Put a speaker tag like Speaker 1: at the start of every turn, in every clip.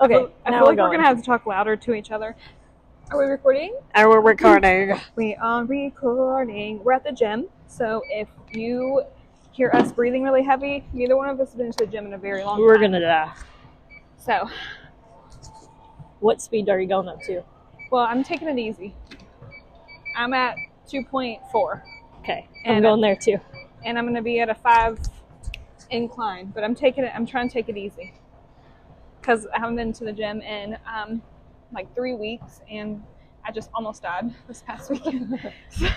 Speaker 1: Okay,
Speaker 2: Well, I
Speaker 1: now
Speaker 2: feel
Speaker 1: we're
Speaker 2: like we're
Speaker 1: going.
Speaker 2: gonna have to talk louder to each other. Are we recording?
Speaker 1: And we're recording.
Speaker 2: We are recording. We're at the gym, so if you hear us breathing really heavy, neither one of us has been to the gym in a very long
Speaker 1: we're
Speaker 2: time.
Speaker 1: gonna uh, die.
Speaker 2: So,
Speaker 1: What speed are you going up to?
Speaker 2: well, I'm taking it easy. I'm at 2.4,
Speaker 1: Okay, I'm
Speaker 2: And-
Speaker 1: going there too.
Speaker 2: and I'm gonna be at a five incline, but I'm taking it. I'm trying to take it easy because I haven't been to the gym in um, like three weeks, and I just almost died this past weekend. so.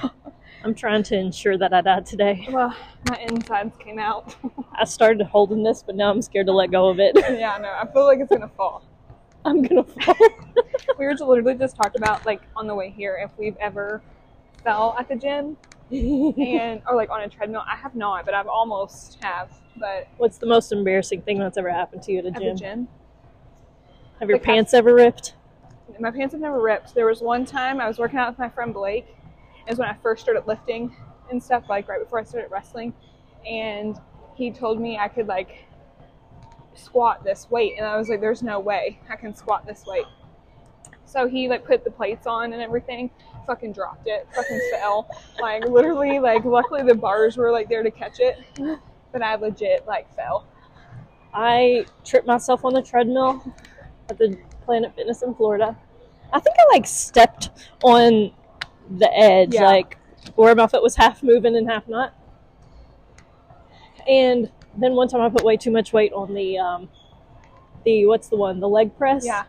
Speaker 1: I'm trying to ensure that I die today.
Speaker 2: Well, my insides came out.
Speaker 1: I started holding this, but now I'm scared to let go of it.
Speaker 2: yeah, I know. I feel like it's gonna fall.
Speaker 1: I'm gonna fall.
Speaker 2: We were just literally just talking about like on the way here if we've ever fell at the gym and or like on a treadmill. I have not, but I've almost have. But
Speaker 1: What's the most embarrassing thing that's ever happened to you at a
Speaker 2: at
Speaker 1: gym?
Speaker 2: the gym,
Speaker 1: Have your
Speaker 2: Like, I-
Speaker 1: pants ever ripped?
Speaker 2: my pants have never ripped. There was one time I was working out with my friend Blake. It was when I first started lifting and stuff, like right before I started wrestling. And he told me I could like squat this weight. And I was like, there's no way I can squat this weight. So he like put the plates on and everything, fucking dropped it, fucking fell. Like literally, like luckily the bars were like there to catch it. But I legit like fell.
Speaker 1: I tripped myself on the treadmill at the Planet Fitness in Florida. I think I like stepped on the edge,
Speaker 2: Yeah.
Speaker 1: like where my foot was half moving and half not. And then one time I put way too much weight on the um, the what's the one the leg press,
Speaker 2: Yeah.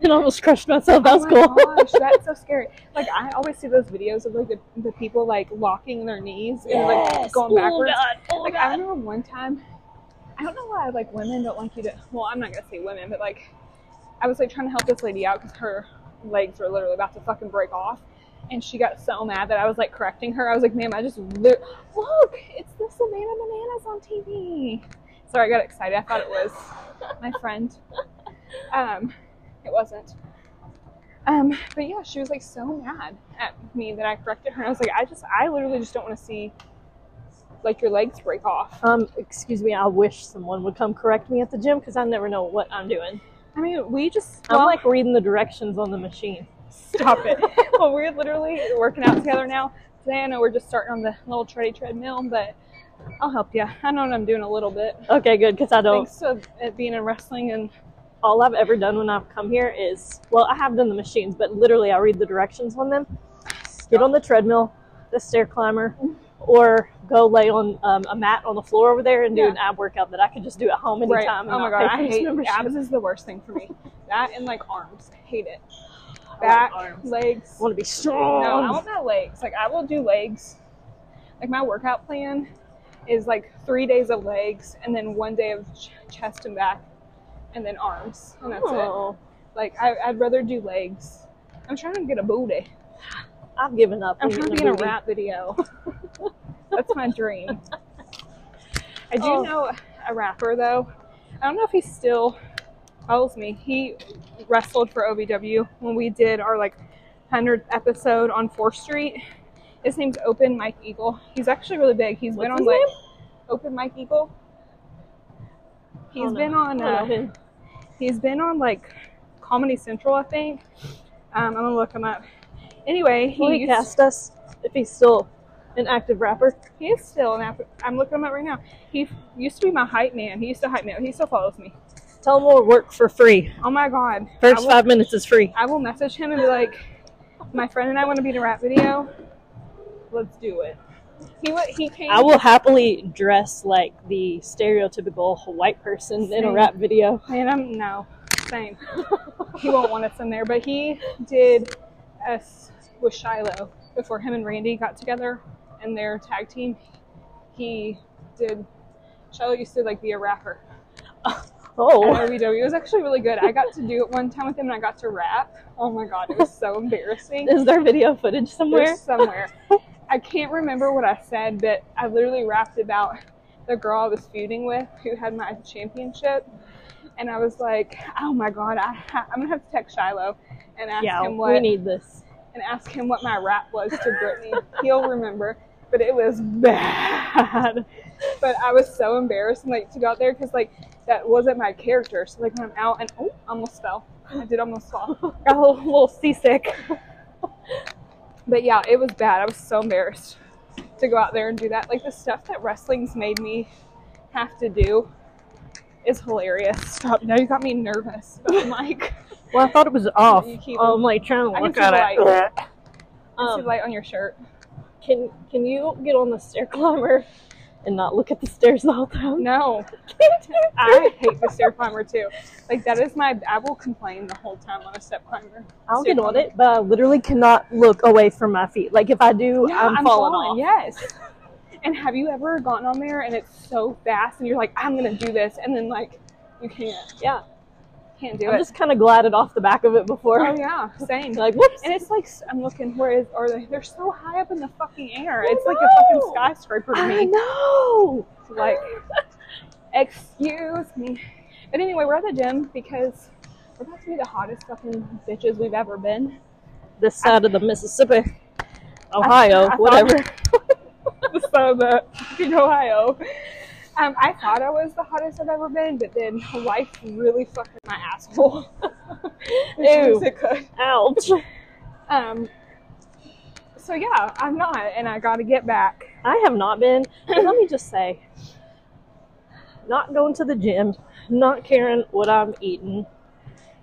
Speaker 1: and almost crushed myself. That was
Speaker 2: oh
Speaker 1: cool.
Speaker 2: my gosh, that's so scary. Like I always see those videos of like the, the people like locking their knees and like going backwards.
Speaker 1: Oh god! Oh
Speaker 2: like I
Speaker 1: god!
Speaker 2: remember one time, I don't know why like women don't like you to. Well, I'm not gonna say women, but like I was like trying to help this lady out because her legs were literally about to fucking break off, and she got so mad that I was like correcting her. I was like, "Ma'am, I just lit- look, it's the Savannah Bananas on TV." Sorry, I got excited. I thought it was my friend. Um, it wasn't. Um, but yeah, she was like so mad at me that I corrected her. And I was like, I just, I literally just don't want to see like your legs break off.
Speaker 1: Um, excuse me. I wish someone would come correct me at the gym because I never know what I'm doing.
Speaker 2: I mean, we just
Speaker 1: I'm
Speaker 2: well,
Speaker 1: like reading the directions on the machine.
Speaker 2: stop it. well, we're literally working out together now. Today, I know we're just starting on the little tready treadmill, but I'll help you. I know what I'm doing a little bit.
Speaker 1: Okay, good because I don't.
Speaker 2: Thanks to it being in wrestling and
Speaker 1: all I've ever done when I've come here is well, I have done the machines, but literally I read the directions on them. Get on the treadmill, the stair climber, or go lay on um, a mat on the floor over there and do
Speaker 2: Yeah.
Speaker 1: an ab workout that I could just do at home
Speaker 2: right.
Speaker 1: anytime.
Speaker 2: oh my
Speaker 1: and not pay
Speaker 2: god,
Speaker 1: for
Speaker 2: I
Speaker 1: this
Speaker 2: hate
Speaker 1: membership.
Speaker 2: abs is the worst thing for me. that and like arms, I hate it.
Speaker 1: like
Speaker 2: Back,
Speaker 1: arms.
Speaker 2: legs.
Speaker 1: I want to be
Speaker 2: No,
Speaker 1: strong.
Speaker 2: I want my legs. Like I will do legs. Like my workout plan is like three days of legs and then one day of ch- chest and back, and then arms, and that's it.
Speaker 1: Oh,
Speaker 2: Like I, I'd rather do legs. I'm trying to get a booty.
Speaker 1: I've given up. on
Speaker 2: I'm trying to be
Speaker 1: getting
Speaker 2: in a
Speaker 1: booty.
Speaker 2: rap video. That's my dream. I do
Speaker 1: Oh.
Speaker 2: know a rapper though. I don't know if he still follows me. He wrestled for OVW when we did our like 100th episode on 4th Street. His name's Open Mike Eagle. He's actually really big. He's been
Speaker 1: What's
Speaker 2: on
Speaker 1: his
Speaker 2: like Open Mike Eagle. He's
Speaker 1: don't
Speaker 2: been
Speaker 1: know.
Speaker 2: on
Speaker 1: I don't
Speaker 2: uh,
Speaker 1: know him.
Speaker 2: He's been on like Comedy Central, I think. Um, I'm gonna look him up. Anyway,
Speaker 1: Will he
Speaker 2: he's
Speaker 1: cast us if he's still an active rapper?
Speaker 2: he is still an app. I'm looking him up right now. He f- used to be my hype man. He used to hype me. up. He still follows me.
Speaker 1: Tell him we'll work for free.
Speaker 2: Oh my god. I
Speaker 1: First
Speaker 2: will,
Speaker 1: five minutes is free.
Speaker 2: I will message him and be like, my friend and I want to be in a rap video. Let's do it. He wa- he came.
Speaker 1: I will happily dress like the stereotypical white person in a
Speaker 2: Same.
Speaker 1: rap video.
Speaker 2: And I'm no, same. he won't want us in there, but he did us with Shiloh before him and Randy got together and their tag team. He did. Shiloh used to like be a rapper at
Speaker 1: Oh,
Speaker 2: RBW. It was actually really good. I got to do it one time with him, and I got to rap. Oh my god, it was so embarrassing.
Speaker 1: is there video footage somewhere?
Speaker 2: There's somewhere. I can't remember what I said, but I literally rapped about the girl I was feuding with who had my championship. And I was like, oh my God, I ha- I'm going to have to text Shiloh and ask
Speaker 1: Yeah,
Speaker 2: him what
Speaker 1: we need this.
Speaker 2: and ask him what my rap was to Brittany. He'll remember. But it was bad. but I was so embarrassed and like to go out there because like that wasn't my character. So like when I'm out and oh, almost fell. I did almost fall. Got a little, little Oh, seasick. but yeah, it was bad. I was so embarrassed to go out there and do that. Like the stuff that wrestling's made me have to do is hilarious. Stop. Now you got me nervous. Oh But I'm like,
Speaker 1: Well, I thought it was off.
Speaker 2: You keep-
Speaker 1: I'm like trying
Speaker 2: I
Speaker 1: to
Speaker 2: can
Speaker 1: look
Speaker 2: see
Speaker 1: at
Speaker 2: the
Speaker 1: it.
Speaker 2: I see
Speaker 1: Um,
Speaker 2: the light on your shirt.
Speaker 1: can can you get on the stair climber and not look at the stairs the whole time?
Speaker 2: No. I hate the stair climber too. Like that is my I will complain the whole time on a step climber.
Speaker 1: I'll
Speaker 2: Stair
Speaker 1: get on
Speaker 2: climber.
Speaker 1: it, but I literally cannot look away from my feet. Like if I do,
Speaker 2: Yeah,
Speaker 1: I'm, falling, off.
Speaker 2: Yes. And have you ever gotten on there and it's so fast and you're like, I'm gonna do this and then like you can't
Speaker 1: Yeah,
Speaker 2: can't do
Speaker 1: I'm
Speaker 2: it.
Speaker 1: just kind of glided off the back of it before.
Speaker 2: oh yeah, same.
Speaker 1: Like whoops.
Speaker 2: And it's like I'm looking where is are they? They're so high up in the fucking air.
Speaker 1: I
Speaker 2: It's like a fucking
Speaker 1: know.
Speaker 2: skyscraper to
Speaker 1: I
Speaker 2: me.
Speaker 1: know.
Speaker 2: Like, excuse me. But anyway, we're at the gym because we're about to be the hottest fucking bitches we've ever been.
Speaker 1: This side of the Mississippi, Ohio,
Speaker 2: I thought-
Speaker 1: whatever.
Speaker 2: so the fucking Ohio. Um, I thought I was the hottest I've ever been, but then life really fucked with my asshole. As much as it could.
Speaker 1: Ouch.
Speaker 2: Um, so yeah, I'm not, and I got to get back.
Speaker 1: I have not been. and let me just say, not going to the gym, not caring what I'm eating,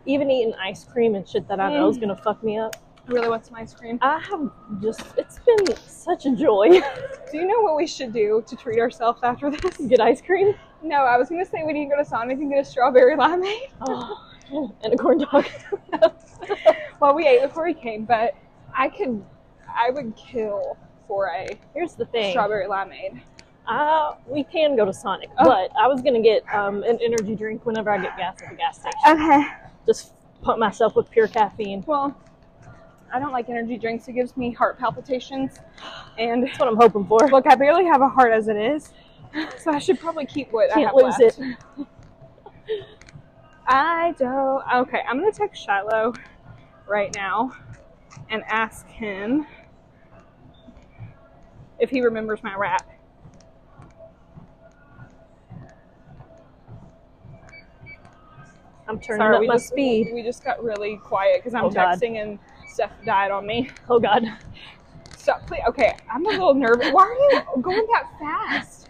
Speaker 1: even eating ice cream and shit that I know is gonna fuck me up.
Speaker 2: I really want some ice cream.
Speaker 1: I have just, it's been such a joy.
Speaker 2: Do you know what we should do to treat ourselves after this?
Speaker 1: Get ice cream
Speaker 2: No, I was gonna say we need to go to Sonic and get a strawberry limeade.
Speaker 1: and a corn dog.
Speaker 2: Well, we ate before we came, but I could, I would kill for a
Speaker 1: Here's the thing.
Speaker 2: strawberry limeade.
Speaker 1: Uh, we can go to Sonic,
Speaker 2: Oh.
Speaker 1: but I was gonna get um, an energy drink whenever I get gas at the gas station.
Speaker 2: Okay.
Speaker 1: Just pump myself with pure caffeine.
Speaker 2: Well, I don't like energy drinks. It gives me heart palpitations. And
Speaker 1: That's what I'm hoping for.
Speaker 2: look, I barely have a heart as it is. So I should probably keep what I
Speaker 1: Can't
Speaker 2: have
Speaker 1: lose
Speaker 2: left.
Speaker 1: it.
Speaker 2: I don't. Okay, I'm going to text Shiloh right now and ask him if he remembers my rap.
Speaker 1: I'm turning
Speaker 2: Sorry,
Speaker 1: up
Speaker 2: we
Speaker 1: my
Speaker 2: just,
Speaker 1: speed.
Speaker 2: We just got really quiet because I'm
Speaker 1: Oh, God.
Speaker 2: texting and stuff died on me.
Speaker 1: Oh God.
Speaker 2: Stop, please. Okay, I'm a little nervous. Why are you going that fast?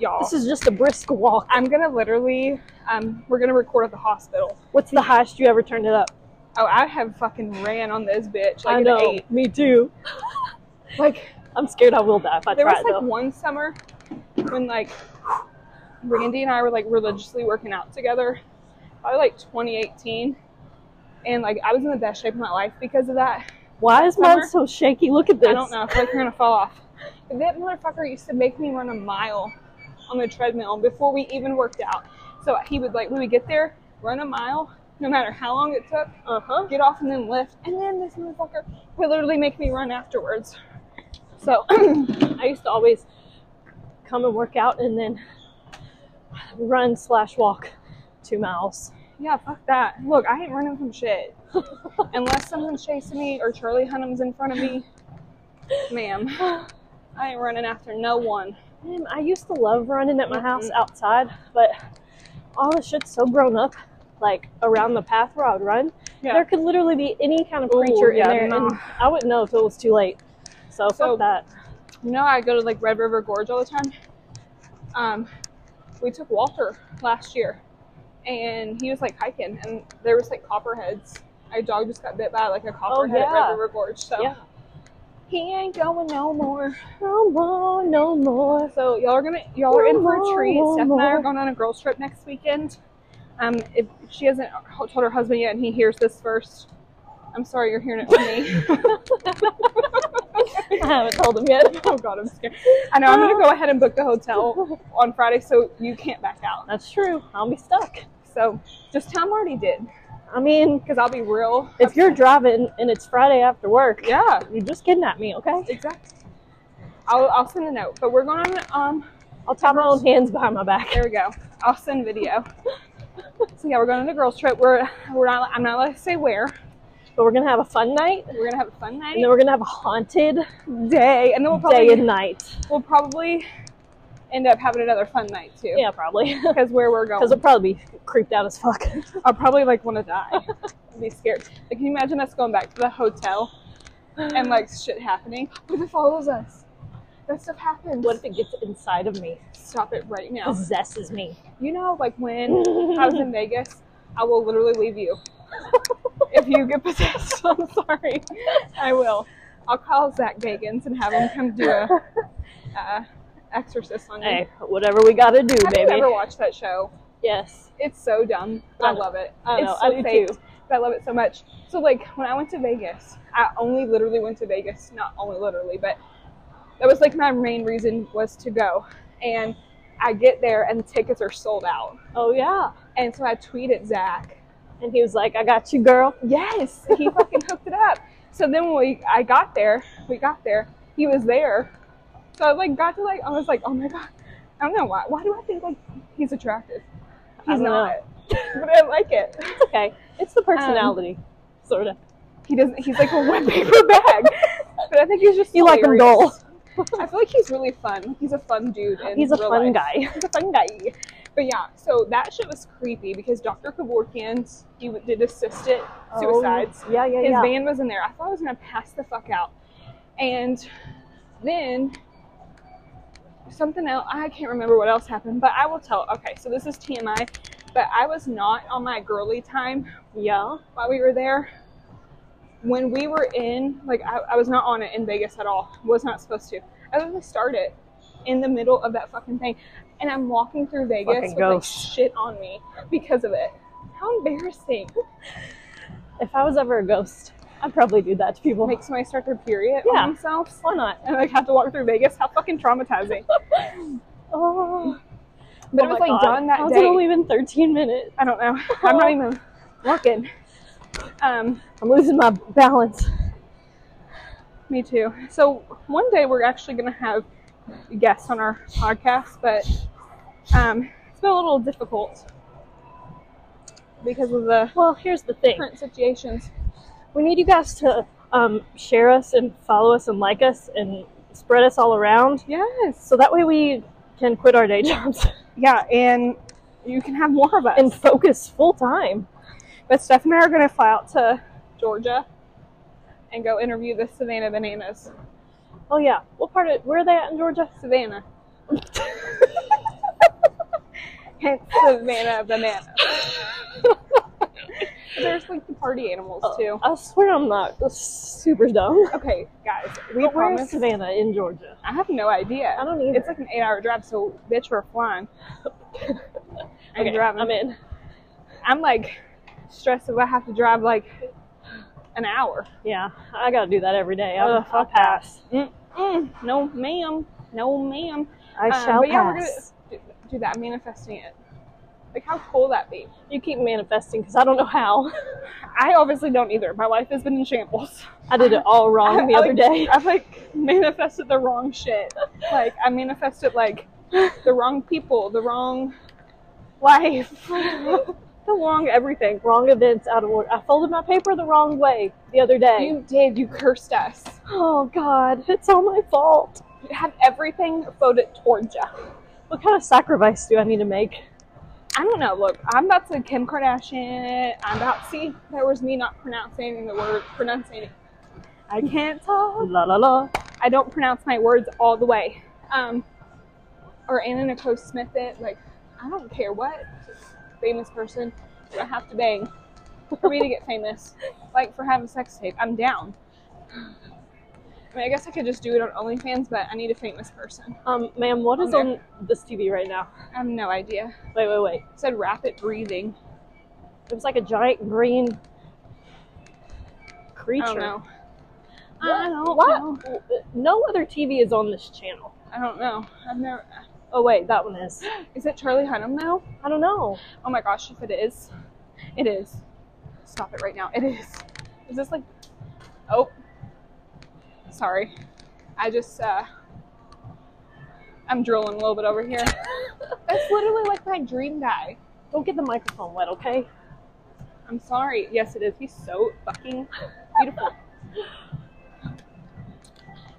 Speaker 2: Y'all.
Speaker 1: This is just a brisk walk.
Speaker 2: I'm gonna literally, um, we're gonna record at the hospital.
Speaker 1: What's the highest you ever turned it up?
Speaker 2: Oh, I have fucking ran on this bitch like
Speaker 1: I
Speaker 2: an
Speaker 1: know.
Speaker 2: eight.
Speaker 1: Me too.
Speaker 2: Like
Speaker 1: I'm scared I will die if I
Speaker 2: there
Speaker 1: try
Speaker 2: was
Speaker 1: it
Speaker 2: like
Speaker 1: though.
Speaker 2: one summer when like Randy and I were like religiously working out together, probably like 2018, and like I was in the best shape of my life because of that.
Speaker 1: Why is mine
Speaker 2: summer-
Speaker 1: so shaky? Look at this.
Speaker 2: I don't know. I feel like you're gonna fall off. But that motherfucker used to make me run a mile on the treadmill before we even worked out. So he would like we would get there, run a mile, no matter how long it took.
Speaker 1: Uh huh.
Speaker 2: get off and then lift. And then this motherfucker would literally make me run afterwards. So
Speaker 1: I used to always come and work out and then run slash walk two miles.
Speaker 2: yeah, fuck that. Look, I ain't running from shit. Unless someone's chasing me or Charlie Hunnam's in front of me, ma'am, I ain't running after no one.
Speaker 1: Man, I used to love running at my house
Speaker 2: Mhm.
Speaker 1: outside, but all the shit's so grown up. Like around the path where I would run,
Speaker 2: Yeah.
Speaker 1: there could literally be any kind of
Speaker 2: Ooh,
Speaker 1: creature
Speaker 2: yeah,
Speaker 1: in there,
Speaker 2: no.
Speaker 1: and I wouldn't know if it was too late. So,
Speaker 2: So-
Speaker 1: fuck that.
Speaker 2: You know, I go to like Red River Gorge all the time. Um, we took Walter last year, and he was like hiking, and there was like copperheads. My dog just got bit by like a copperhead at
Speaker 1: Oh, yeah.
Speaker 2: Red River Gorge, so
Speaker 1: Yeah.
Speaker 2: he ain't going no more.
Speaker 1: No more, no more.
Speaker 2: So y'all are gonna y'all are in for a treat.
Speaker 1: Mama.
Speaker 2: Steph and I are going on a girls trip next weekend. Um, if she hasn't told her husband yet, and he hears this first, I'm sorry you're hearing it from me.
Speaker 1: I haven't told him yet.
Speaker 2: oh God, I'm scared. I know I'm gonna go ahead and book the hotel on Friday, so you can't back out.
Speaker 1: That's true. I'll be stuck.
Speaker 2: So just tell him already did,
Speaker 1: I mean,
Speaker 2: because I'll be real.
Speaker 1: if you're driving and it's Friday after work,
Speaker 2: yeah,
Speaker 1: you're just kidnap me, okay?
Speaker 2: exactly. I'll I'll send a note, but we're going on um
Speaker 1: I'll tie my own hands behind my back.
Speaker 2: There we go. I'll send video. so yeah, we're going on a girls trip. We're we're not. I'm not allowed to say where.
Speaker 1: But we're gonna have a fun night,
Speaker 2: We're gonna have a fun night
Speaker 1: and then we're gonna have a haunted
Speaker 2: day, and then we'll
Speaker 1: day
Speaker 2: probably
Speaker 1: and night.
Speaker 2: we'll probably end up having another fun night too.
Speaker 1: Yeah, probably.
Speaker 2: Because where we're going,
Speaker 1: Because it'll probably be creeped out as fuck.
Speaker 2: I'll probably like want to die. I'd be scared. Like, can you imagine us going back to the hotel and like shit happening? What if it follows us? That stuff happens.
Speaker 1: What if it gets inside of me,
Speaker 2: Stop it right now.
Speaker 1: possesses me?
Speaker 2: You know, like when I was in Vegas, I will literally leave you. if you get possessed, I'm sorry. I will. I'll call Zach Bagans and have him come do a uh, exorcist on you.
Speaker 1: Hey, whatever we gotta do,
Speaker 2: have
Speaker 1: baby.
Speaker 2: you ever watched that show?
Speaker 1: Yes.
Speaker 2: It's so dumb.
Speaker 1: I
Speaker 2: I
Speaker 1: know.
Speaker 2: love it.
Speaker 1: I know.
Speaker 2: It's
Speaker 1: I
Speaker 2: so
Speaker 1: do
Speaker 2: fake,
Speaker 1: too.
Speaker 2: but I love it so much. So like when I went to Vegas, I only literally went to Vegas. Not only literally, but that was like my main reason was to go. And I get there and tickets are sold out.
Speaker 1: Oh yeah.
Speaker 2: And so I tweeted Zach.
Speaker 1: And he was like, "I got you, girl."
Speaker 2: Yes, he fucking hooked it up. So then when we, I got there, we got there. He was there. So I like got to like I was like, oh my god, I don't know why. Why do I think like he's attractive?
Speaker 1: I
Speaker 2: He's
Speaker 1: don't
Speaker 2: not. But I like it.
Speaker 1: Okay, it's the personality, sort of.
Speaker 2: He doesn't. He's like a wet paper bag. But I think he's just.
Speaker 1: You like him dull.
Speaker 2: hilarious. I feel like he's really fun. He's a fun dude. In
Speaker 1: He's a
Speaker 2: real
Speaker 1: fun
Speaker 2: life.
Speaker 1: guy.
Speaker 2: He's a fun guy. But yeah, so that shit was creepy because Dr. Kevorkian, he did assisted suicides.
Speaker 1: yeah, Oh. yeah,
Speaker 2: His
Speaker 1: yeah.
Speaker 2: van was in there. I thought I was gonna pass the fuck out. And then something else. I can't remember what else happened, but I will tell. Okay, so this is TMI, but I was not on my girly time
Speaker 1: yeah.
Speaker 2: while we were there. When we were in, like, I, I was not on it in Vegas at all. Was not supposed to. I literally started in the middle of that fucking thing, and I'm walking through Vegas
Speaker 1: Fucking
Speaker 2: with like,
Speaker 1: ghost.
Speaker 2: shit on me because of it. How embarrassing!
Speaker 1: If I was ever a ghost, I'd probably do that to people.
Speaker 2: Make somebody start their period
Speaker 1: Yeah.
Speaker 2: on themselves
Speaker 1: Why not?
Speaker 2: and like have to walk through Vegas. How fucking traumatizing!
Speaker 1: Oh,
Speaker 2: But
Speaker 1: oh
Speaker 2: it was
Speaker 1: my
Speaker 2: like
Speaker 1: God.
Speaker 2: done that
Speaker 1: How's
Speaker 2: day.
Speaker 1: it only been 13 minutes?
Speaker 2: I don't know. I'm not even walking. Um,
Speaker 1: I'm losing my balance.
Speaker 2: Me too. So one day we're actually going to have guests on our podcast, but um, it's been a little difficult because of the
Speaker 1: Well, here's the thing.
Speaker 2: current situations.
Speaker 1: We need you guys to um, share us and follow us and like us and spread us all around,
Speaker 2: Yes.
Speaker 1: so that way we can quit our day jobs
Speaker 2: Yeah, and you can have more of us.
Speaker 1: and focus full time.
Speaker 2: but Steph and I are going to fly out to Georgia and go interview the Savannah Bananas.
Speaker 1: Oh yeah. What part of where are they at in Georgia?
Speaker 2: Savannah. Hence Savannah Bananas. There's like the party animals
Speaker 1: Oh.
Speaker 2: too.
Speaker 1: I swear I'm not. That's super dumb.
Speaker 2: Okay, guys, we
Speaker 1: But where is
Speaker 2: promise.
Speaker 1: Savannah in Georgia?
Speaker 2: I have no idea.
Speaker 1: I don't either.
Speaker 2: It's like an eight-hour drive, so bitch, we're flying. I'm
Speaker 1: Okay,
Speaker 2: driving.
Speaker 1: I'm in.
Speaker 2: I'm like stressed if I have to drive like an hour.
Speaker 1: Yeah, I gotta do that every day. I'll,
Speaker 2: Ugh,
Speaker 1: I'll
Speaker 2: fuck that.
Speaker 1: pass. Mm,
Speaker 2: Mm-mm, no, ma'am. No, ma'am.
Speaker 1: I
Speaker 2: Um,
Speaker 1: shall
Speaker 2: but yeah, we're gonna
Speaker 1: pass.
Speaker 2: do, do that. Manifesting it. Like, how cool that be?
Speaker 1: You keep manifesting because I don't know how.
Speaker 2: I obviously don't either. My life has been in shambles.
Speaker 1: I did it all wrong the
Speaker 2: I,
Speaker 1: other
Speaker 2: like,
Speaker 1: day.
Speaker 2: I've like manifested the wrong shit. Like I manifested like the wrong people, the wrong life, the wrong everything.
Speaker 1: Wrong events out of order. I folded my paper the wrong way the other day.
Speaker 2: You did. You cursed us.
Speaker 1: oh God, it's all my fault.
Speaker 2: You had everything voted towards you.
Speaker 1: What kind of sacrifice do I need to make?
Speaker 2: I don't know. Look, I'm about to Kim Kardashian. it. I'm about see. There was me not pronouncing the word pronunciating. I can't talk.
Speaker 1: La la la.
Speaker 2: I don't pronounce my words all the way. Um, or Anna Nicole Smith it. Like, I don't care what famous person do I have to bang for me to get famous. Like, for having sex tape. I'm down. I mean, I guess I could just do it on OnlyFans, but I need a famous person.
Speaker 1: Um, ma'am, what is
Speaker 2: I'm
Speaker 1: on this TV right now?
Speaker 2: I have no idea.
Speaker 1: Wait, wait, wait.
Speaker 2: It said rapid breathing.
Speaker 1: It was like a giant green creature.
Speaker 2: I don't know.
Speaker 1: I don't
Speaker 2: What?
Speaker 1: know. No other TV is on this channel.
Speaker 2: I don't know. I've never.
Speaker 1: Oh wait, that one is.
Speaker 2: Is it Charlie Hunnam though?
Speaker 1: I don't know.
Speaker 2: Oh my gosh, if it is, it is. Stop it right now. It is. Is this like. Oh. Sorry. I just, uh. I'm drilling a little bit over here. That's literally like my dream guy.
Speaker 1: Don't get the microphone wet, okay?
Speaker 2: I'm sorry. Yes, it is. He's so fucking beautiful.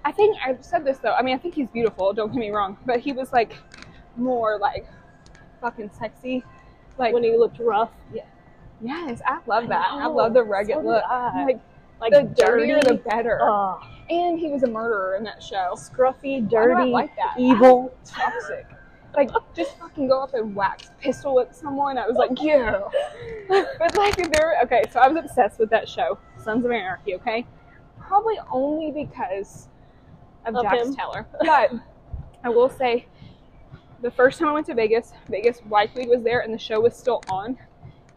Speaker 2: I think I've said this though. I mean, I think he's beautiful. Don't get me wrong, but he was like more like fucking sexy. Like
Speaker 1: when he looked rough.
Speaker 2: yes, I love
Speaker 1: I
Speaker 2: that. I,
Speaker 1: know,
Speaker 2: love the rugged
Speaker 1: so did
Speaker 2: look.
Speaker 1: I.
Speaker 2: Like,
Speaker 1: Like
Speaker 2: the dirtier, the
Speaker 1: dirty,
Speaker 2: better.
Speaker 1: uh,
Speaker 2: and he was a murderer in that show.
Speaker 1: scruffy,
Speaker 2: Why do I
Speaker 1: dirty,
Speaker 2: like that?
Speaker 1: evil.
Speaker 2: Toxic. Like just fucking go up and wax pistol whip someone. I was like, yeah. but like if there okay, so I was obsessed with that show, Sons of Anarchy, okay? Probably only because of,
Speaker 1: Of
Speaker 2: Jax
Speaker 1: him.
Speaker 2: Teller. But I will say the first time I went to Vegas, Vegas Weekly was there and the show was still on.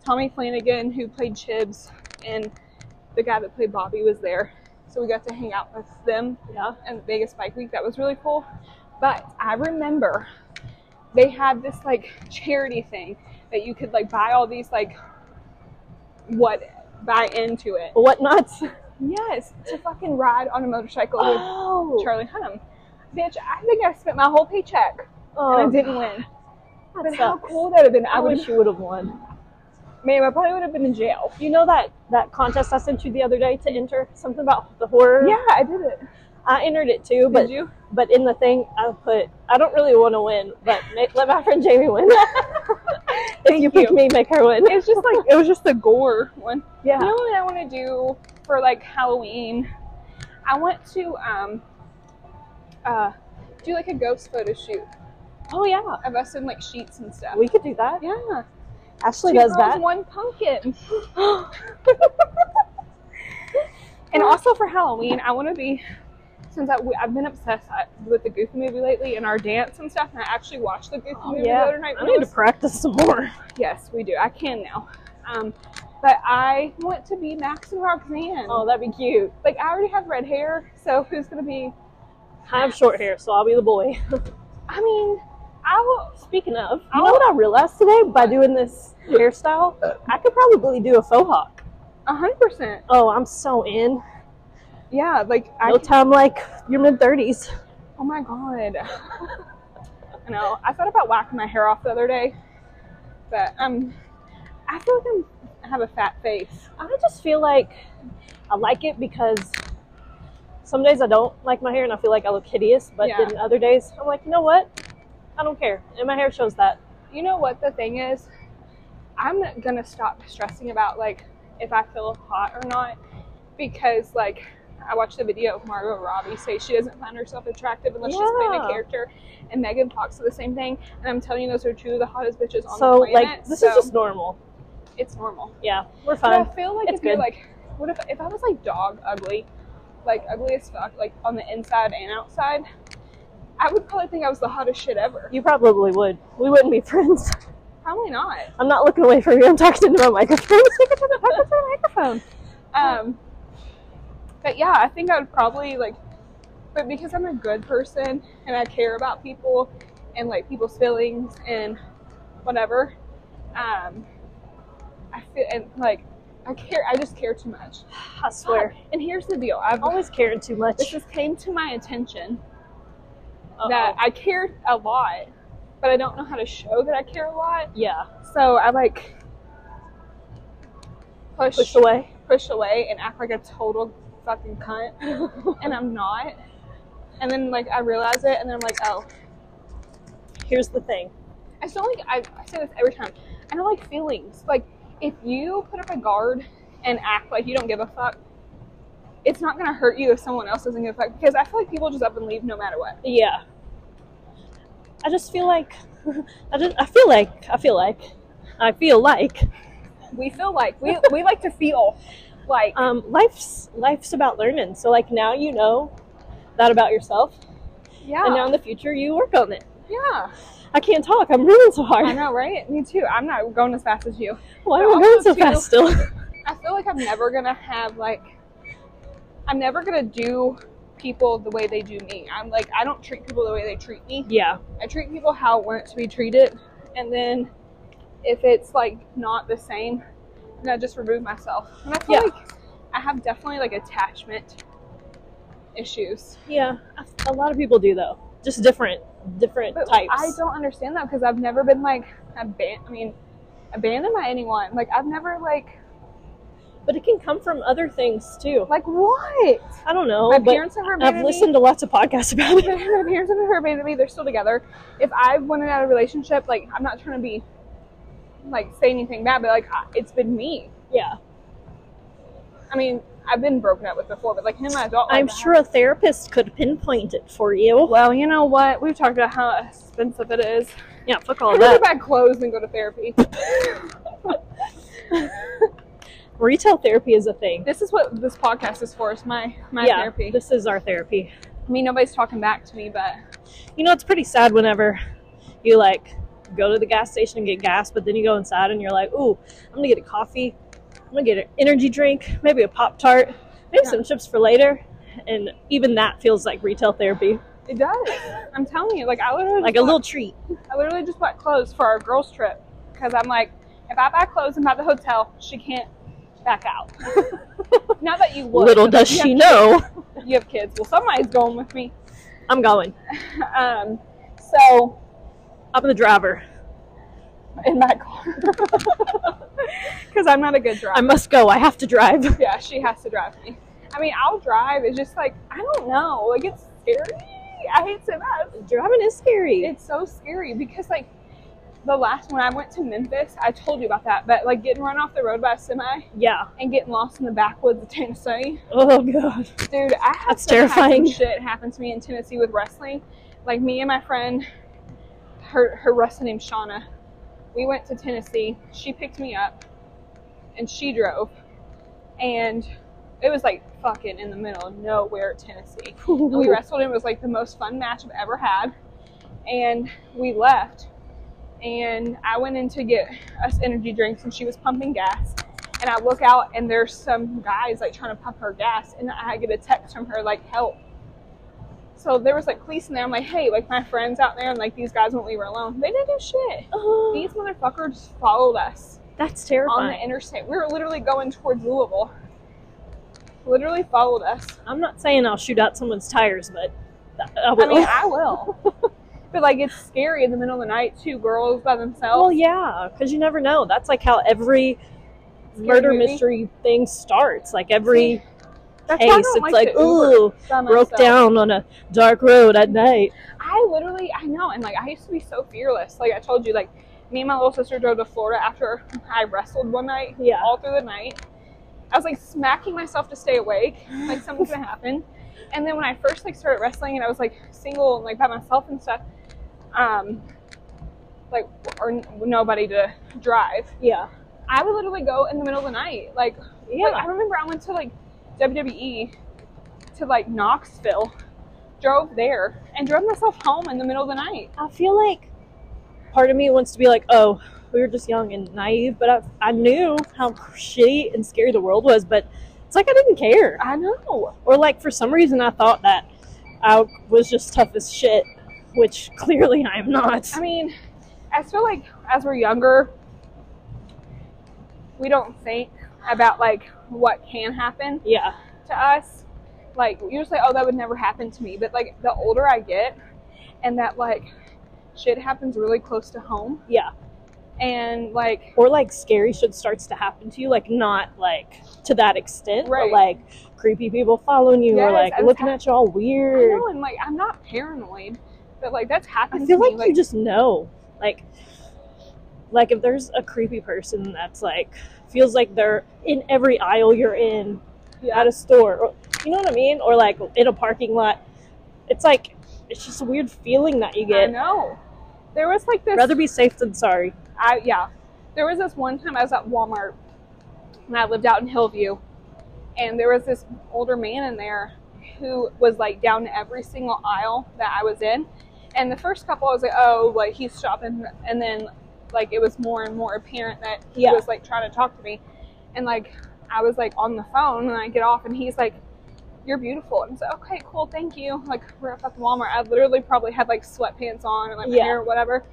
Speaker 2: Tommy Flanagan, who played Chibs, and the guy that played Bobby was there. So we got to hang out with them
Speaker 1: Yeah.
Speaker 2: and the Vegas Bike Week. That was really cool. But I remember they had this like charity thing that you could like buy all these like what buy into it.
Speaker 1: Whatnots.
Speaker 2: Yes, to fucking ride on a motorcycle
Speaker 1: Oh.
Speaker 2: with Charlie Hunnam. Bitch, I think I spent my whole paycheck
Speaker 1: Oh,
Speaker 2: and I didn't win.
Speaker 1: God,
Speaker 2: But
Speaker 1: that
Speaker 2: how
Speaker 1: sucks.
Speaker 2: cool that would have been.
Speaker 1: I
Speaker 2: I would
Speaker 1: wish
Speaker 2: have,
Speaker 1: you would have won.
Speaker 2: man, I probably would have been in jail.
Speaker 1: You know that that contest I sent you the other day to enter something about the horror.
Speaker 2: Yeah, I did it.
Speaker 1: I entered it too,
Speaker 2: Did
Speaker 1: but
Speaker 2: you?
Speaker 1: but in the thing I put I don't really want to win, but ma- let my friend Jamie win. if you pick
Speaker 2: you.
Speaker 1: me, make her win.
Speaker 2: It's just like it was just the gore one.
Speaker 1: Yeah.
Speaker 2: You know what I want to do for like Halloween? I want to um uh do like a ghost photo shoot
Speaker 1: Oh yeah,
Speaker 2: of us in like sheets and stuff.
Speaker 1: we could do that.
Speaker 2: yeah,
Speaker 1: Ashley
Speaker 2: Two
Speaker 1: does
Speaker 2: girls,
Speaker 1: that.
Speaker 2: one pumpkin. and also for Halloween, I want to be since I, I've been obsessed uh, with the Goofy movie lately and our dance and stuff. And I actually watched the
Speaker 1: Oh,
Speaker 2: Goofy movie the other night.
Speaker 1: I
Speaker 2: when
Speaker 1: need
Speaker 2: was-
Speaker 1: to practice some more.
Speaker 2: Yes, we do. I can now. Um, but I want to be Max and Roxanne.
Speaker 1: Oh, that'd be cute.
Speaker 2: Like I already have red hair, so who's gonna be?
Speaker 1: I have short hair, so I'll be the boy.
Speaker 2: I mean, I will.
Speaker 1: Speaking of, you
Speaker 2: I'll-
Speaker 1: know what I realized today by doing this hairstyle? I could probably do a faux hawk.
Speaker 2: A hundred percent.
Speaker 1: Oh, I'm so in.
Speaker 2: Yeah, like I.
Speaker 1: No
Speaker 2: can-
Speaker 1: time like your mid thirties.
Speaker 2: oh my god. I know. I thought about whacking my hair off the other day, but um, I feel like I'm, I have a fat face.
Speaker 1: I just feel like I like it because some days I don't like my hair and I feel like I look hideous, but
Speaker 2: Yeah.
Speaker 1: then other days I'm like, you know what? I don't care. And my hair shows that.
Speaker 2: You know what the thing is? I'm gonna stop stressing about like if I feel hot or not because like I watched the video of Margot Robbie say she doesn't find herself attractive unless she's playing a
Speaker 1: Yeah.
Speaker 2: character, and Megan Fox said the same thing. And I'm telling you, those are two of the hottest bitches on
Speaker 1: so
Speaker 2: the planet.
Speaker 1: like this
Speaker 2: so
Speaker 1: is just normal.
Speaker 2: it's normal.
Speaker 1: Yeah, we're
Speaker 2: But
Speaker 1: fine.
Speaker 2: I feel like
Speaker 1: It's
Speaker 2: if you're
Speaker 1: good.
Speaker 2: like, what if if I was like dog ugly, like ugly as fuck, like on the inside and outside, I would probably think I was the hottest shit ever.
Speaker 1: You probably would. We wouldn't be friends.
Speaker 2: Probably not.
Speaker 1: I'm not looking away from you. I'm talking into my microphone. Stick it to the, talk into the microphone.
Speaker 2: Um, but yeah, I think I would probably like, but because I'm a good person and I care about people and like people's feelings and whatever, um, I feel and like I care. I just care too much.
Speaker 1: I swear.
Speaker 2: And here's the deal. I've always
Speaker 1: Always caring too much.
Speaker 2: this just came to my attention
Speaker 1: Uh-oh.
Speaker 2: that I care a lot, but I don't know how to show that I care a lot.
Speaker 1: yeah.
Speaker 2: So I like push
Speaker 1: Pushed away.
Speaker 2: push away and act like a total fucking cunt, and I'm not. And then like I realize it, and then I'm like, oh,
Speaker 1: Here's the thing.
Speaker 2: I still like I, I say this every time. I don't like feelings. Like if you put up a guard and act like you don't give a fuck, it's not gonna hurt you if someone else doesn't give a fuck. Because I feel like people just up and leave no matter what.
Speaker 1: Yeah. I just feel like I just I feel like I feel like I feel like
Speaker 2: We feel like we we like to feel like
Speaker 1: um life's life's about learning. So like now you know that about yourself
Speaker 2: yeah
Speaker 1: and now in the future you work on it.
Speaker 2: yeah.
Speaker 1: I can't talk. I'm running so
Speaker 2: I
Speaker 1: hard.
Speaker 2: know, right? Me too. I'm not going as fast as you.
Speaker 1: Why
Speaker 2: But
Speaker 1: am I
Speaker 2: also,
Speaker 1: running so
Speaker 2: too-
Speaker 1: fast still?
Speaker 2: I feel like I'm never gonna have like I'm never gonna do people the way they do me. I'm like I don't treat people the way they treat me.
Speaker 1: yeah.
Speaker 2: I treat people how I want to be treated and then if it's like not the same, then I just remove myself. And I feel
Speaker 1: Yeah.
Speaker 2: like I have definitely like attachment issues.
Speaker 1: Yeah. A lot of people do though. Just different different
Speaker 2: But
Speaker 1: types.
Speaker 2: I don't understand that because I've never been like aban- I mean abandoned by anyone. Like I've never like
Speaker 1: But it can come from other things too.
Speaker 2: Like what?
Speaker 1: I don't know.
Speaker 2: my
Speaker 1: Oh, but
Speaker 2: parents and her
Speaker 1: I've
Speaker 2: abandoned
Speaker 1: listened to lots of podcasts about
Speaker 2: me.
Speaker 1: it.
Speaker 2: my parents and her abandoned me. They're still together. If I went out of a relationship, like I'm not trying to be, like say anything bad, but like I, it's been me.
Speaker 1: Yeah.
Speaker 2: I mean, I've been broken up with before, but like him, I don't.
Speaker 1: I'm sure a therapist could pinpoint it for you.
Speaker 2: Well, you know what? We've talked about how expensive it is.
Speaker 1: Yeah, fuck
Speaker 2: I'd
Speaker 1: all
Speaker 2: rather
Speaker 1: Oh, that.
Speaker 2: buy clothes than go to therapy.
Speaker 1: Retail therapy is a thing.
Speaker 2: this is what this podcast is for. It's my my
Speaker 1: yeah,
Speaker 2: therapy.
Speaker 1: this is our therapy.
Speaker 2: I mean, nobody's talking back to me, but
Speaker 1: You know, it's pretty sad whenever you like go to the gas station and get gas, but then you go inside and you're like, ooh, I'm gonna get a coffee, I'm gonna get an energy drink, maybe a Pop Tart, maybe
Speaker 2: Yeah.
Speaker 1: some chips for later. And even that feels like retail therapy,
Speaker 2: it does. I'm telling you, like I literally
Speaker 1: like a
Speaker 2: just bought-
Speaker 1: little treat.
Speaker 2: I literally just bought clothes for our girls trip because I'm like, if I buy clothes and buy the hotel, she can't back out. Not that you would.
Speaker 1: little
Speaker 2: but, like,
Speaker 1: does
Speaker 2: you
Speaker 1: she
Speaker 2: have-
Speaker 1: know,
Speaker 2: You have kids. Well, somebody's going with me.
Speaker 1: I'm going.
Speaker 2: Um, so
Speaker 1: I'm the driver.
Speaker 2: in my car because I'm not a good driver.
Speaker 1: I must go. I have to drive.
Speaker 2: yeah, she has to drive me. I mean, I'll drive. It's just like I don't know. Like it's scary. I hate to that.
Speaker 1: Driving is scary.
Speaker 2: It's so scary because like the last when I went to Memphis, I told you about that. But like getting run off the road by a semi
Speaker 1: yeah.
Speaker 2: and getting lost in the backwoods of Tennessee,
Speaker 1: Oh god.
Speaker 2: dude. I had
Speaker 1: That's
Speaker 2: some
Speaker 1: terrifying.
Speaker 2: hacking Shit happened to me in Tennessee with wrestling. Like me and my friend, her her wrestler named Shauna. We went to Tennessee. She picked me up, and she drove, and it was like fucking in the middle of nowhere, Tennessee. And
Speaker 1: Oh.
Speaker 2: we wrestled and it was like the most fun match I've ever had. And we left. And I went in to get us energy drinks and she was pumping gas. And I look out and there's some guys like trying to pump her gas and I get a text from her like help. So there was like police in there. I'm like, hey, like my friends out there and like these guys won't leave her alone. They didn't do shit. These motherfuckers followed us
Speaker 1: That's
Speaker 2: on
Speaker 1: terrifying.
Speaker 2: the interstate. We were literally going towards Louisville. Literally followed us.
Speaker 1: I'm not saying I'll shoot out someone's tires, but I,
Speaker 2: I
Speaker 1: will.
Speaker 2: mean, I will. but like, it's scary in the middle of the night. Two girls by
Speaker 1: well,
Speaker 2: themselves.
Speaker 1: yeah, because you never know. That's like how every murder
Speaker 2: movie.
Speaker 1: mystery thing starts. Like every
Speaker 2: That's why I
Speaker 1: case,
Speaker 2: don't
Speaker 1: it's
Speaker 2: like
Speaker 1: like,
Speaker 2: to Uber
Speaker 1: ooh,
Speaker 2: by
Speaker 1: broke
Speaker 2: myself.
Speaker 1: down on a dark road at night.
Speaker 2: I literally, I know, and like, I used to be so fearless. Like I told you, like, me and my little sister drove to Florida after I wrestled one night,
Speaker 1: Yeah.
Speaker 2: all through the night. I was like smacking myself to stay awake, like something's gonna happen. And then when I first like started wrestling and I was like single and like by myself and stuff, um, like or n- nobody to drive.
Speaker 1: Yeah,
Speaker 2: I would literally go in the middle of the night, like
Speaker 1: yeah.
Speaker 2: Like, I remember I went to like WWE to like Knoxville, drove there, and drove myself home in the middle of the night.
Speaker 1: I feel like part of me wants to be like, oh, we were just young and naive, but I, I knew how shitty and scary the world was, but it's like I didn't care.
Speaker 2: I know.
Speaker 1: Or like for some reason I thought that I was just tough as shit, which clearly I'm not.
Speaker 2: I mean, I just feel like as we're younger, we don't think about like what can happen
Speaker 1: Yeah.
Speaker 2: to us. Like usually, oh, that would never happen to me. But like the older I get, and that like shit happens really close to home,
Speaker 1: Yeah.
Speaker 2: and like
Speaker 1: Or like scary shit starts to happen to you, like not like to that extent,
Speaker 2: Right.
Speaker 1: but like creepy people following you or
Speaker 2: Yes,
Speaker 1: like
Speaker 2: I was
Speaker 1: looking
Speaker 2: ha-
Speaker 1: at you all
Speaker 2: I
Speaker 1: weird.
Speaker 2: know, and like I'm not paranoid, but like that's
Speaker 1: I,
Speaker 2: happened.
Speaker 1: feel
Speaker 2: to
Speaker 1: like,
Speaker 2: me.
Speaker 1: you just know. Like like if there's a creepy person that's like feels like they're in every aisle you're in
Speaker 2: yeah.
Speaker 1: at a store or you know what I mean? Or like in a parking lot. It's like it's just a weird feeling that you
Speaker 2: I
Speaker 1: get.
Speaker 2: know. There was like this.
Speaker 1: Rather be safe than sorry.
Speaker 2: I yeah. There was this one time I was at Walmart, and I lived out in Hillview, and there was this older man in there who was like down every single aisle that I was in, and the first couple I was like, oh, like he's shopping, and then like it was more and more apparent that he
Speaker 1: Yeah.
Speaker 2: was like trying to talk to me, and like I was like on the phone, and I get off, and he's like. You're beautiful. And I was like, okay, cool, thank you. Like, we're at fucking Walmart. I literally probably had like sweatpants on and like my
Speaker 1: Yeah.
Speaker 2: hair or whatever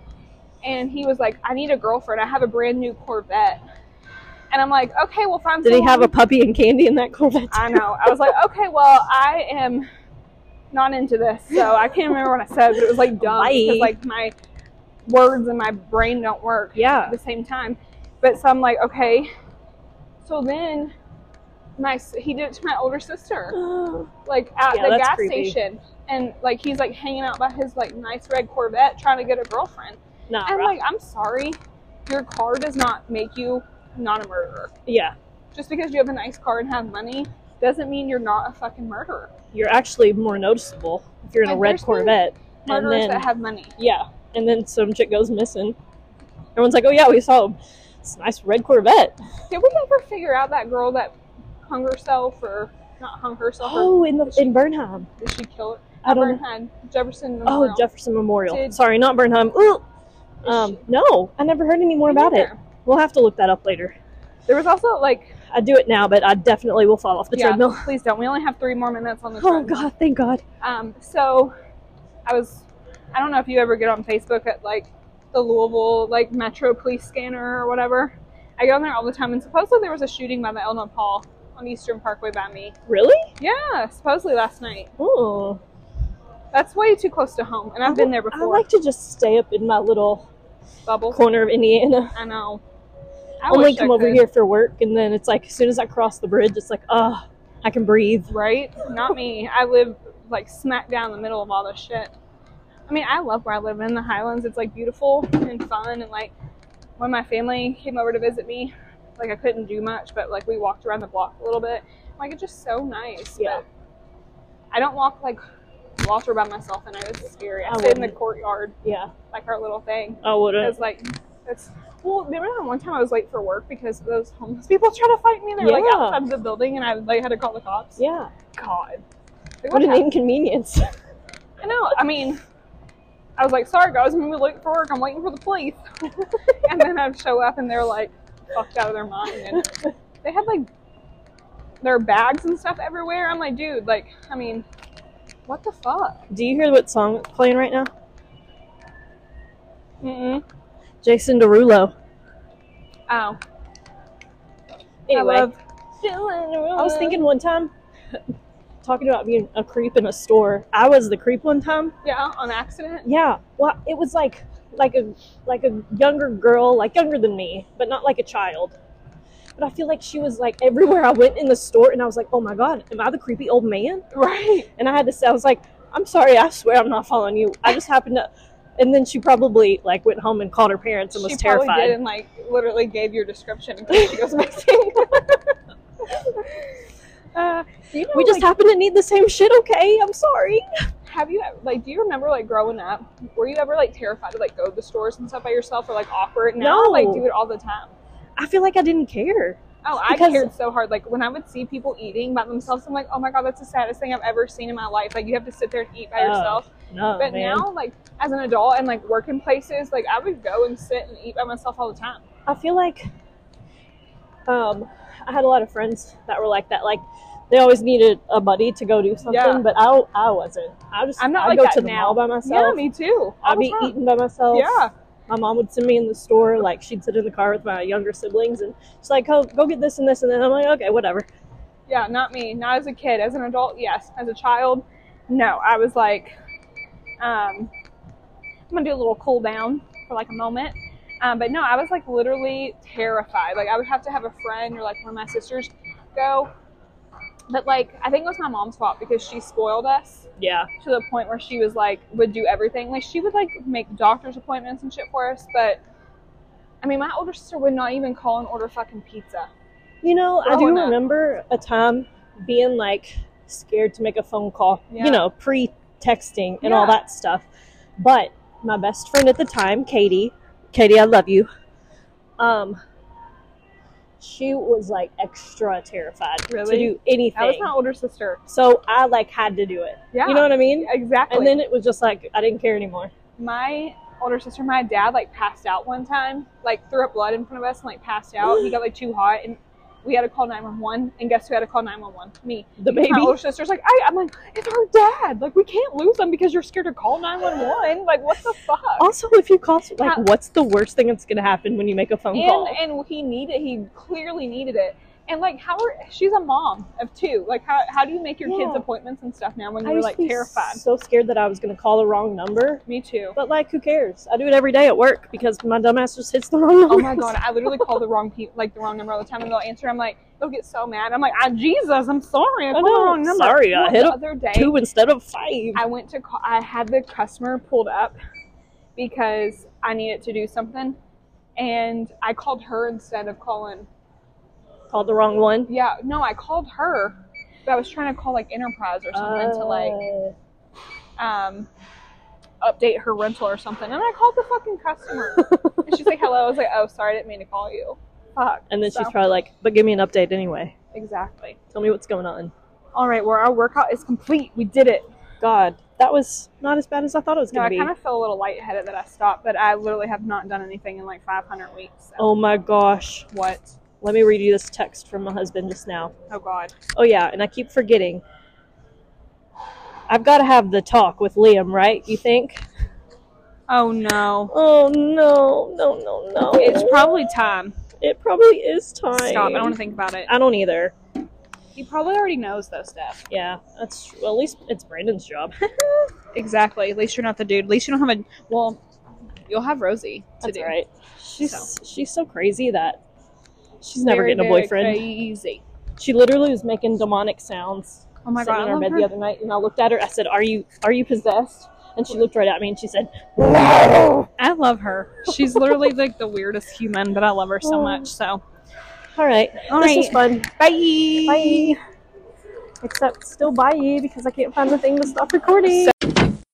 Speaker 2: and he was like, "I need a girlfriend. I have a brand new Corvette." And I'm like, "Okay, well, find."
Speaker 1: Did he have a
Speaker 2: someone-
Speaker 1: puppy and candy in that Corvette?
Speaker 2: I know. I was like, "Okay, well, I am not into this." So I can't remember what I said, but it was like dumb
Speaker 1: Bye.
Speaker 2: because like my words and my brain don't work
Speaker 1: Yeah.
Speaker 2: at the same time. But so I'm like, okay. So then my s- he did it to my older sister.
Speaker 1: That's
Speaker 2: like at
Speaker 1: Yeah,
Speaker 2: the
Speaker 1: that's
Speaker 2: gas
Speaker 1: creepy.
Speaker 2: station and like he's like hanging out by his like nice red corvette trying to get a girlfriend
Speaker 1: not
Speaker 2: i'm
Speaker 1: right.
Speaker 2: like i'm sorry your car does not make you not a murderer
Speaker 1: yeah,
Speaker 2: just because you have a nice car and have money doesn't mean you're not a fucking murderer
Speaker 1: you're actually more noticeable if you're in a
Speaker 2: Like,
Speaker 1: red
Speaker 2: there's been
Speaker 1: Corvette. And
Speaker 2: murderers
Speaker 1: then
Speaker 2: that have money
Speaker 1: yeah, and then some chick goes missing. Everyone's like, "Oh yeah, we saw him. It's a nice red Corvette."
Speaker 2: did we ever figure out that girl that hung herself or not hung herself or
Speaker 1: Oh, in the in Burnham.
Speaker 2: did she kill it
Speaker 1: I don't. know.
Speaker 2: Bernheim, jefferson
Speaker 1: Oh,
Speaker 2: Memorial.
Speaker 1: Jefferson Memorial.
Speaker 2: Did-
Speaker 1: Sorry, not Burnham. Ooh.
Speaker 2: Is
Speaker 1: Um,
Speaker 2: she-
Speaker 1: no, I never heard any more
Speaker 2: Me
Speaker 1: about it.
Speaker 2: neither.
Speaker 1: We'll have to look that up later.
Speaker 2: there was also like
Speaker 1: I do it now, but I definitely will fall off the
Speaker 2: yeah,
Speaker 1: treadmill.
Speaker 2: please don't we only have three more minutes on the
Speaker 1: Oh
Speaker 2: treadmill.
Speaker 1: God, thank God.
Speaker 2: Um, so I was, I don't know if you ever get on Facebook at like the Louisville like Metro Police Scanner or whatever. I go on there all the time, and supposedly there was a shooting by the Elna Paul on Eastern Parkway by me.
Speaker 1: Really?
Speaker 2: Yeah, supposedly last night.
Speaker 1: Oh,
Speaker 2: That's way too close to home, and I've been there
Speaker 1: I
Speaker 2: before.
Speaker 1: like to just stay up in my little
Speaker 2: Bubble.
Speaker 1: corner of Indiana.
Speaker 2: I know. I
Speaker 1: Only
Speaker 2: wish I
Speaker 1: come over
Speaker 2: could.
Speaker 1: here for work, and then it's like as soon as I cross the bridge, it's like, ah, I can breathe.
Speaker 2: Right? Not me. I live like smack down the middle of all this shit. I mean, I love where I live in the Highlands. It's like beautiful and fun. And like when my family came over to visit me, like I couldn't do much, but like we walked around the block a little bit. Like it's just so nice.
Speaker 1: Yeah.
Speaker 2: But I don't walk like Walter by myself, and I was scary. I,
Speaker 1: I
Speaker 2: stayed in the
Speaker 1: wouldn't.
Speaker 2: courtyard,
Speaker 1: Yeah, Oh,
Speaker 2: like our little thing.
Speaker 1: I would
Speaker 2: It was like, it's well. Remember that one time I was late for work because those homeless people tried to fight me. They were like
Speaker 1: Yeah.
Speaker 2: outside the building, and I like had to call the cops.
Speaker 1: Yeah,
Speaker 2: God. Like,
Speaker 1: what an
Speaker 2: happened?
Speaker 1: inconvenience.
Speaker 2: I know. I mean, I was like, sorry guys, I'm really late for work. I'm waiting for the police. and then I'd show up and they're like fucked out of their mind. And they had like their bags and stuff everywhere. I'm like, dude, like, I mean, what the fuck?
Speaker 1: Do you hear what song is playing right now?
Speaker 2: Mm-mm.
Speaker 1: Jason Derulo.
Speaker 2: Oh,
Speaker 1: Anyway,
Speaker 2: I love.
Speaker 1: I was thinking one time, talking about being a creep in a store. I was the creep one time.
Speaker 2: Yeah, on accident.
Speaker 1: Yeah. Well, it was like like a like a younger girl, like younger than me, but not like a child. But I feel like she was like everywhere I went in the store, and I was like, oh my god, am I the creepy old man?
Speaker 2: Right.
Speaker 1: And I had to say, I was like, I'm sorry, I swear I'm not following you. I just happened to. And then she probably like went home and called her parents and was
Speaker 2: she probably
Speaker 1: terrified.
Speaker 2: did and like literally gave your description in case she goes missing. uh, you know,
Speaker 1: We just
Speaker 2: like,
Speaker 1: happen to need the same shit, okay? I'm sorry.
Speaker 2: Have you e-, like? Do you remember like growing up? Were you ever like terrified to like go to the stores and stuff by yourself, or like awkward? Now,
Speaker 1: No.
Speaker 2: I, like do it all the time.
Speaker 1: I feel like I didn't care.
Speaker 2: Oh, I
Speaker 1: Because-
Speaker 2: cared so hard. Like when I would see people eating by themselves, I'm like, oh my god, that's the saddest thing I've ever seen in my life. Like you have to sit there and eat by
Speaker 1: Oh,
Speaker 2: yourself.
Speaker 1: No,
Speaker 2: but
Speaker 1: man.
Speaker 2: now, like as an adult and like working places, like I would go and sit and eat by myself all the time.
Speaker 1: I feel like um, I had a lot of friends that were like that. Like they always needed a buddy to go do something,
Speaker 2: Yeah
Speaker 1: but I, I wasn't. I just
Speaker 2: I'm not
Speaker 1: I'd
Speaker 2: like
Speaker 1: go
Speaker 2: that
Speaker 1: to the
Speaker 2: now.
Speaker 1: mall by myself.
Speaker 2: Yeah, me too. All
Speaker 1: I'd
Speaker 2: the
Speaker 1: be
Speaker 2: time.
Speaker 1: eating by myself.
Speaker 2: Yeah.
Speaker 1: My mom would send me in the store, like she'd sit in the car with my younger siblings, and she's like, "Oh, "Go, go get this and this," and then I'm like, "Okay, whatever."
Speaker 2: Yeah, not me. Not as a kid. As an adult, yes. As a child, no. I was like, um, I'm gonna do a little cool down for like a moment. Um, but no, I was like literally terrified. Like I would have to have a friend or like one of my sisters go. But like I think it was my mom's fault because she spoiled us
Speaker 1: Yeah,
Speaker 2: to the point where she was like would do everything. Like she would like make doctor's appointments and shit for us. But I mean, my older sister would not even call and order fucking pizza.
Speaker 1: you know, I do
Speaker 2: Growing up.
Speaker 1: remember a time being like scared to make a phone call.
Speaker 2: Yeah.
Speaker 1: You know, pre-texting and all
Speaker 2: Yeah.
Speaker 1: that stuff. But my best friend at the time, Katie, Katie, I love you. Um, she was like extra terrified
Speaker 2: Really?
Speaker 1: to do anything.
Speaker 2: That was my older sister.
Speaker 1: so I like had to do it.
Speaker 2: Yeah.
Speaker 1: You know what I mean?
Speaker 2: Exactly.
Speaker 1: And then it was just like I didn't care anymore.
Speaker 2: my older sister, and my dad, like passed out one time, like threw up blood in front of us and like passed out. he got like too hot, and we had to call nine one one. And guess who had to call nine one one? Me.
Speaker 1: The baby.
Speaker 2: My older sister's like, I, I'm like, it's our dad. Like we can't lose him because you're scared to call nine one one. Like what the fuck?
Speaker 1: Also, if you call, like,
Speaker 2: How-
Speaker 1: what's the worst thing that's gonna happen when you make a phone
Speaker 2: and
Speaker 1: call?
Speaker 2: and he needed, he clearly needed it. And like, how are she's a mom of two? Like, how how do you make your kids
Speaker 1: Yeah.
Speaker 2: appointments and stuff now when
Speaker 1: I
Speaker 2: you're
Speaker 1: used
Speaker 2: like
Speaker 1: to be
Speaker 2: terrified?
Speaker 1: So scared that I was going to call the wrong number.
Speaker 2: Me too.
Speaker 1: But like, who cares? I do it every day at work because my dumbass just hits the wrong number.
Speaker 2: Oh my god, I literally call the wrong people, like the wrong number all the time, and they'll answer. I'm like, they'll get so mad. I'm like, ah, Jesus, I'm sorry, I
Speaker 1: I
Speaker 2: called
Speaker 1: know,
Speaker 2: the wrong number.
Speaker 1: sorry, I
Speaker 2: Well,
Speaker 1: hit
Speaker 2: the
Speaker 1: up
Speaker 2: other day.
Speaker 1: Two instead of five.
Speaker 2: I went to call, I had the customer pulled up because I needed to do something, and I called her instead of calling.
Speaker 1: called the wrong one.
Speaker 2: Yeah, no, I called her, but I was trying to call like Enterprise or something to like
Speaker 1: Uh,
Speaker 2: um, update her rental or something. And I called the fucking customer.
Speaker 1: Uh,
Speaker 2: and she's like, hello. I was like, oh, sorry, I didn't mean to call you. Fuck.
Speaker 1: and then
Speaker 2: So-
Speaker 1: she's probably like, but give me an update anyway.
Speaker 2: Exactly.
Speaker 1: Tell me what's going on.
Speaker 2: All right, well, our workout is complete. We did it.
Speaker 1: God, that was not as bad as I thought it was
Speaker 2: No, I
Speaker 1: going to be.
Speaker 2: kind of feel a little lightheaded that I stopped, but I literally have not done anything in like 500 weeks. So.
Speaker 1: Oh my gosh.
Speaker 2: What?
Speaker 1: Let me read you this text from my husband just now.
Speaker 2: Oh, God.
Speaker 1: Oh yeah, and I keep forgetting. I've got to have the talk with Liam, right? You think?
Speaker 2: Oh, no.
Speaker 1: Oh no, no, no, no.
Speaker 2: It's probably time.
Speaker 1: it probably is time.
Speaker 2: Stop. I don't want to think about it.
Speaker 1: I don't either.
Speaker 2: He probably already knows those stuff.
Speaker 1: Yeah, that's true. Well, at least it's Brandon's job.
Speaker 2: Exactly. At least you're not the dude. At least you don't have a. Well, you'll have Rosie to
Speaker 1: That's
Speaker 2: do.
Speaker 1: right. She's she's so crazy that she's never
Speaker 2: Very,
Speaker 1: getting a
Speaker 2: very
Speaker 1: boyfriend.
Speaker 2: Crazy.
Speaker 1: She literally was making demonic sounds
Speaker 2: Oh my
Speaker 1: sitting
Speaker 2: god,
Speaker 1: in
Speaker 2: I
Speaker 1: our
Speaker 2: love
Speaker 1: bed
Speaker 2: her.
Speaker 1: the other night, and I looked at her. I said, "Are you are you possessed?" And she looked right at me and she said,
Speaker 2: I love her. She's literally like the weirdest human, but I love her so
Speaker 1: Oh.
Speaker 2: much. So,
Speaker 1: "All right,
Speaker 2: All
Speaker 1: this was
Speaker 2: right.
Speaker 1: fun.
Speaker 2: bye.
Speaker 1: Bye." Except still bye because I can't find the thing to stop recording.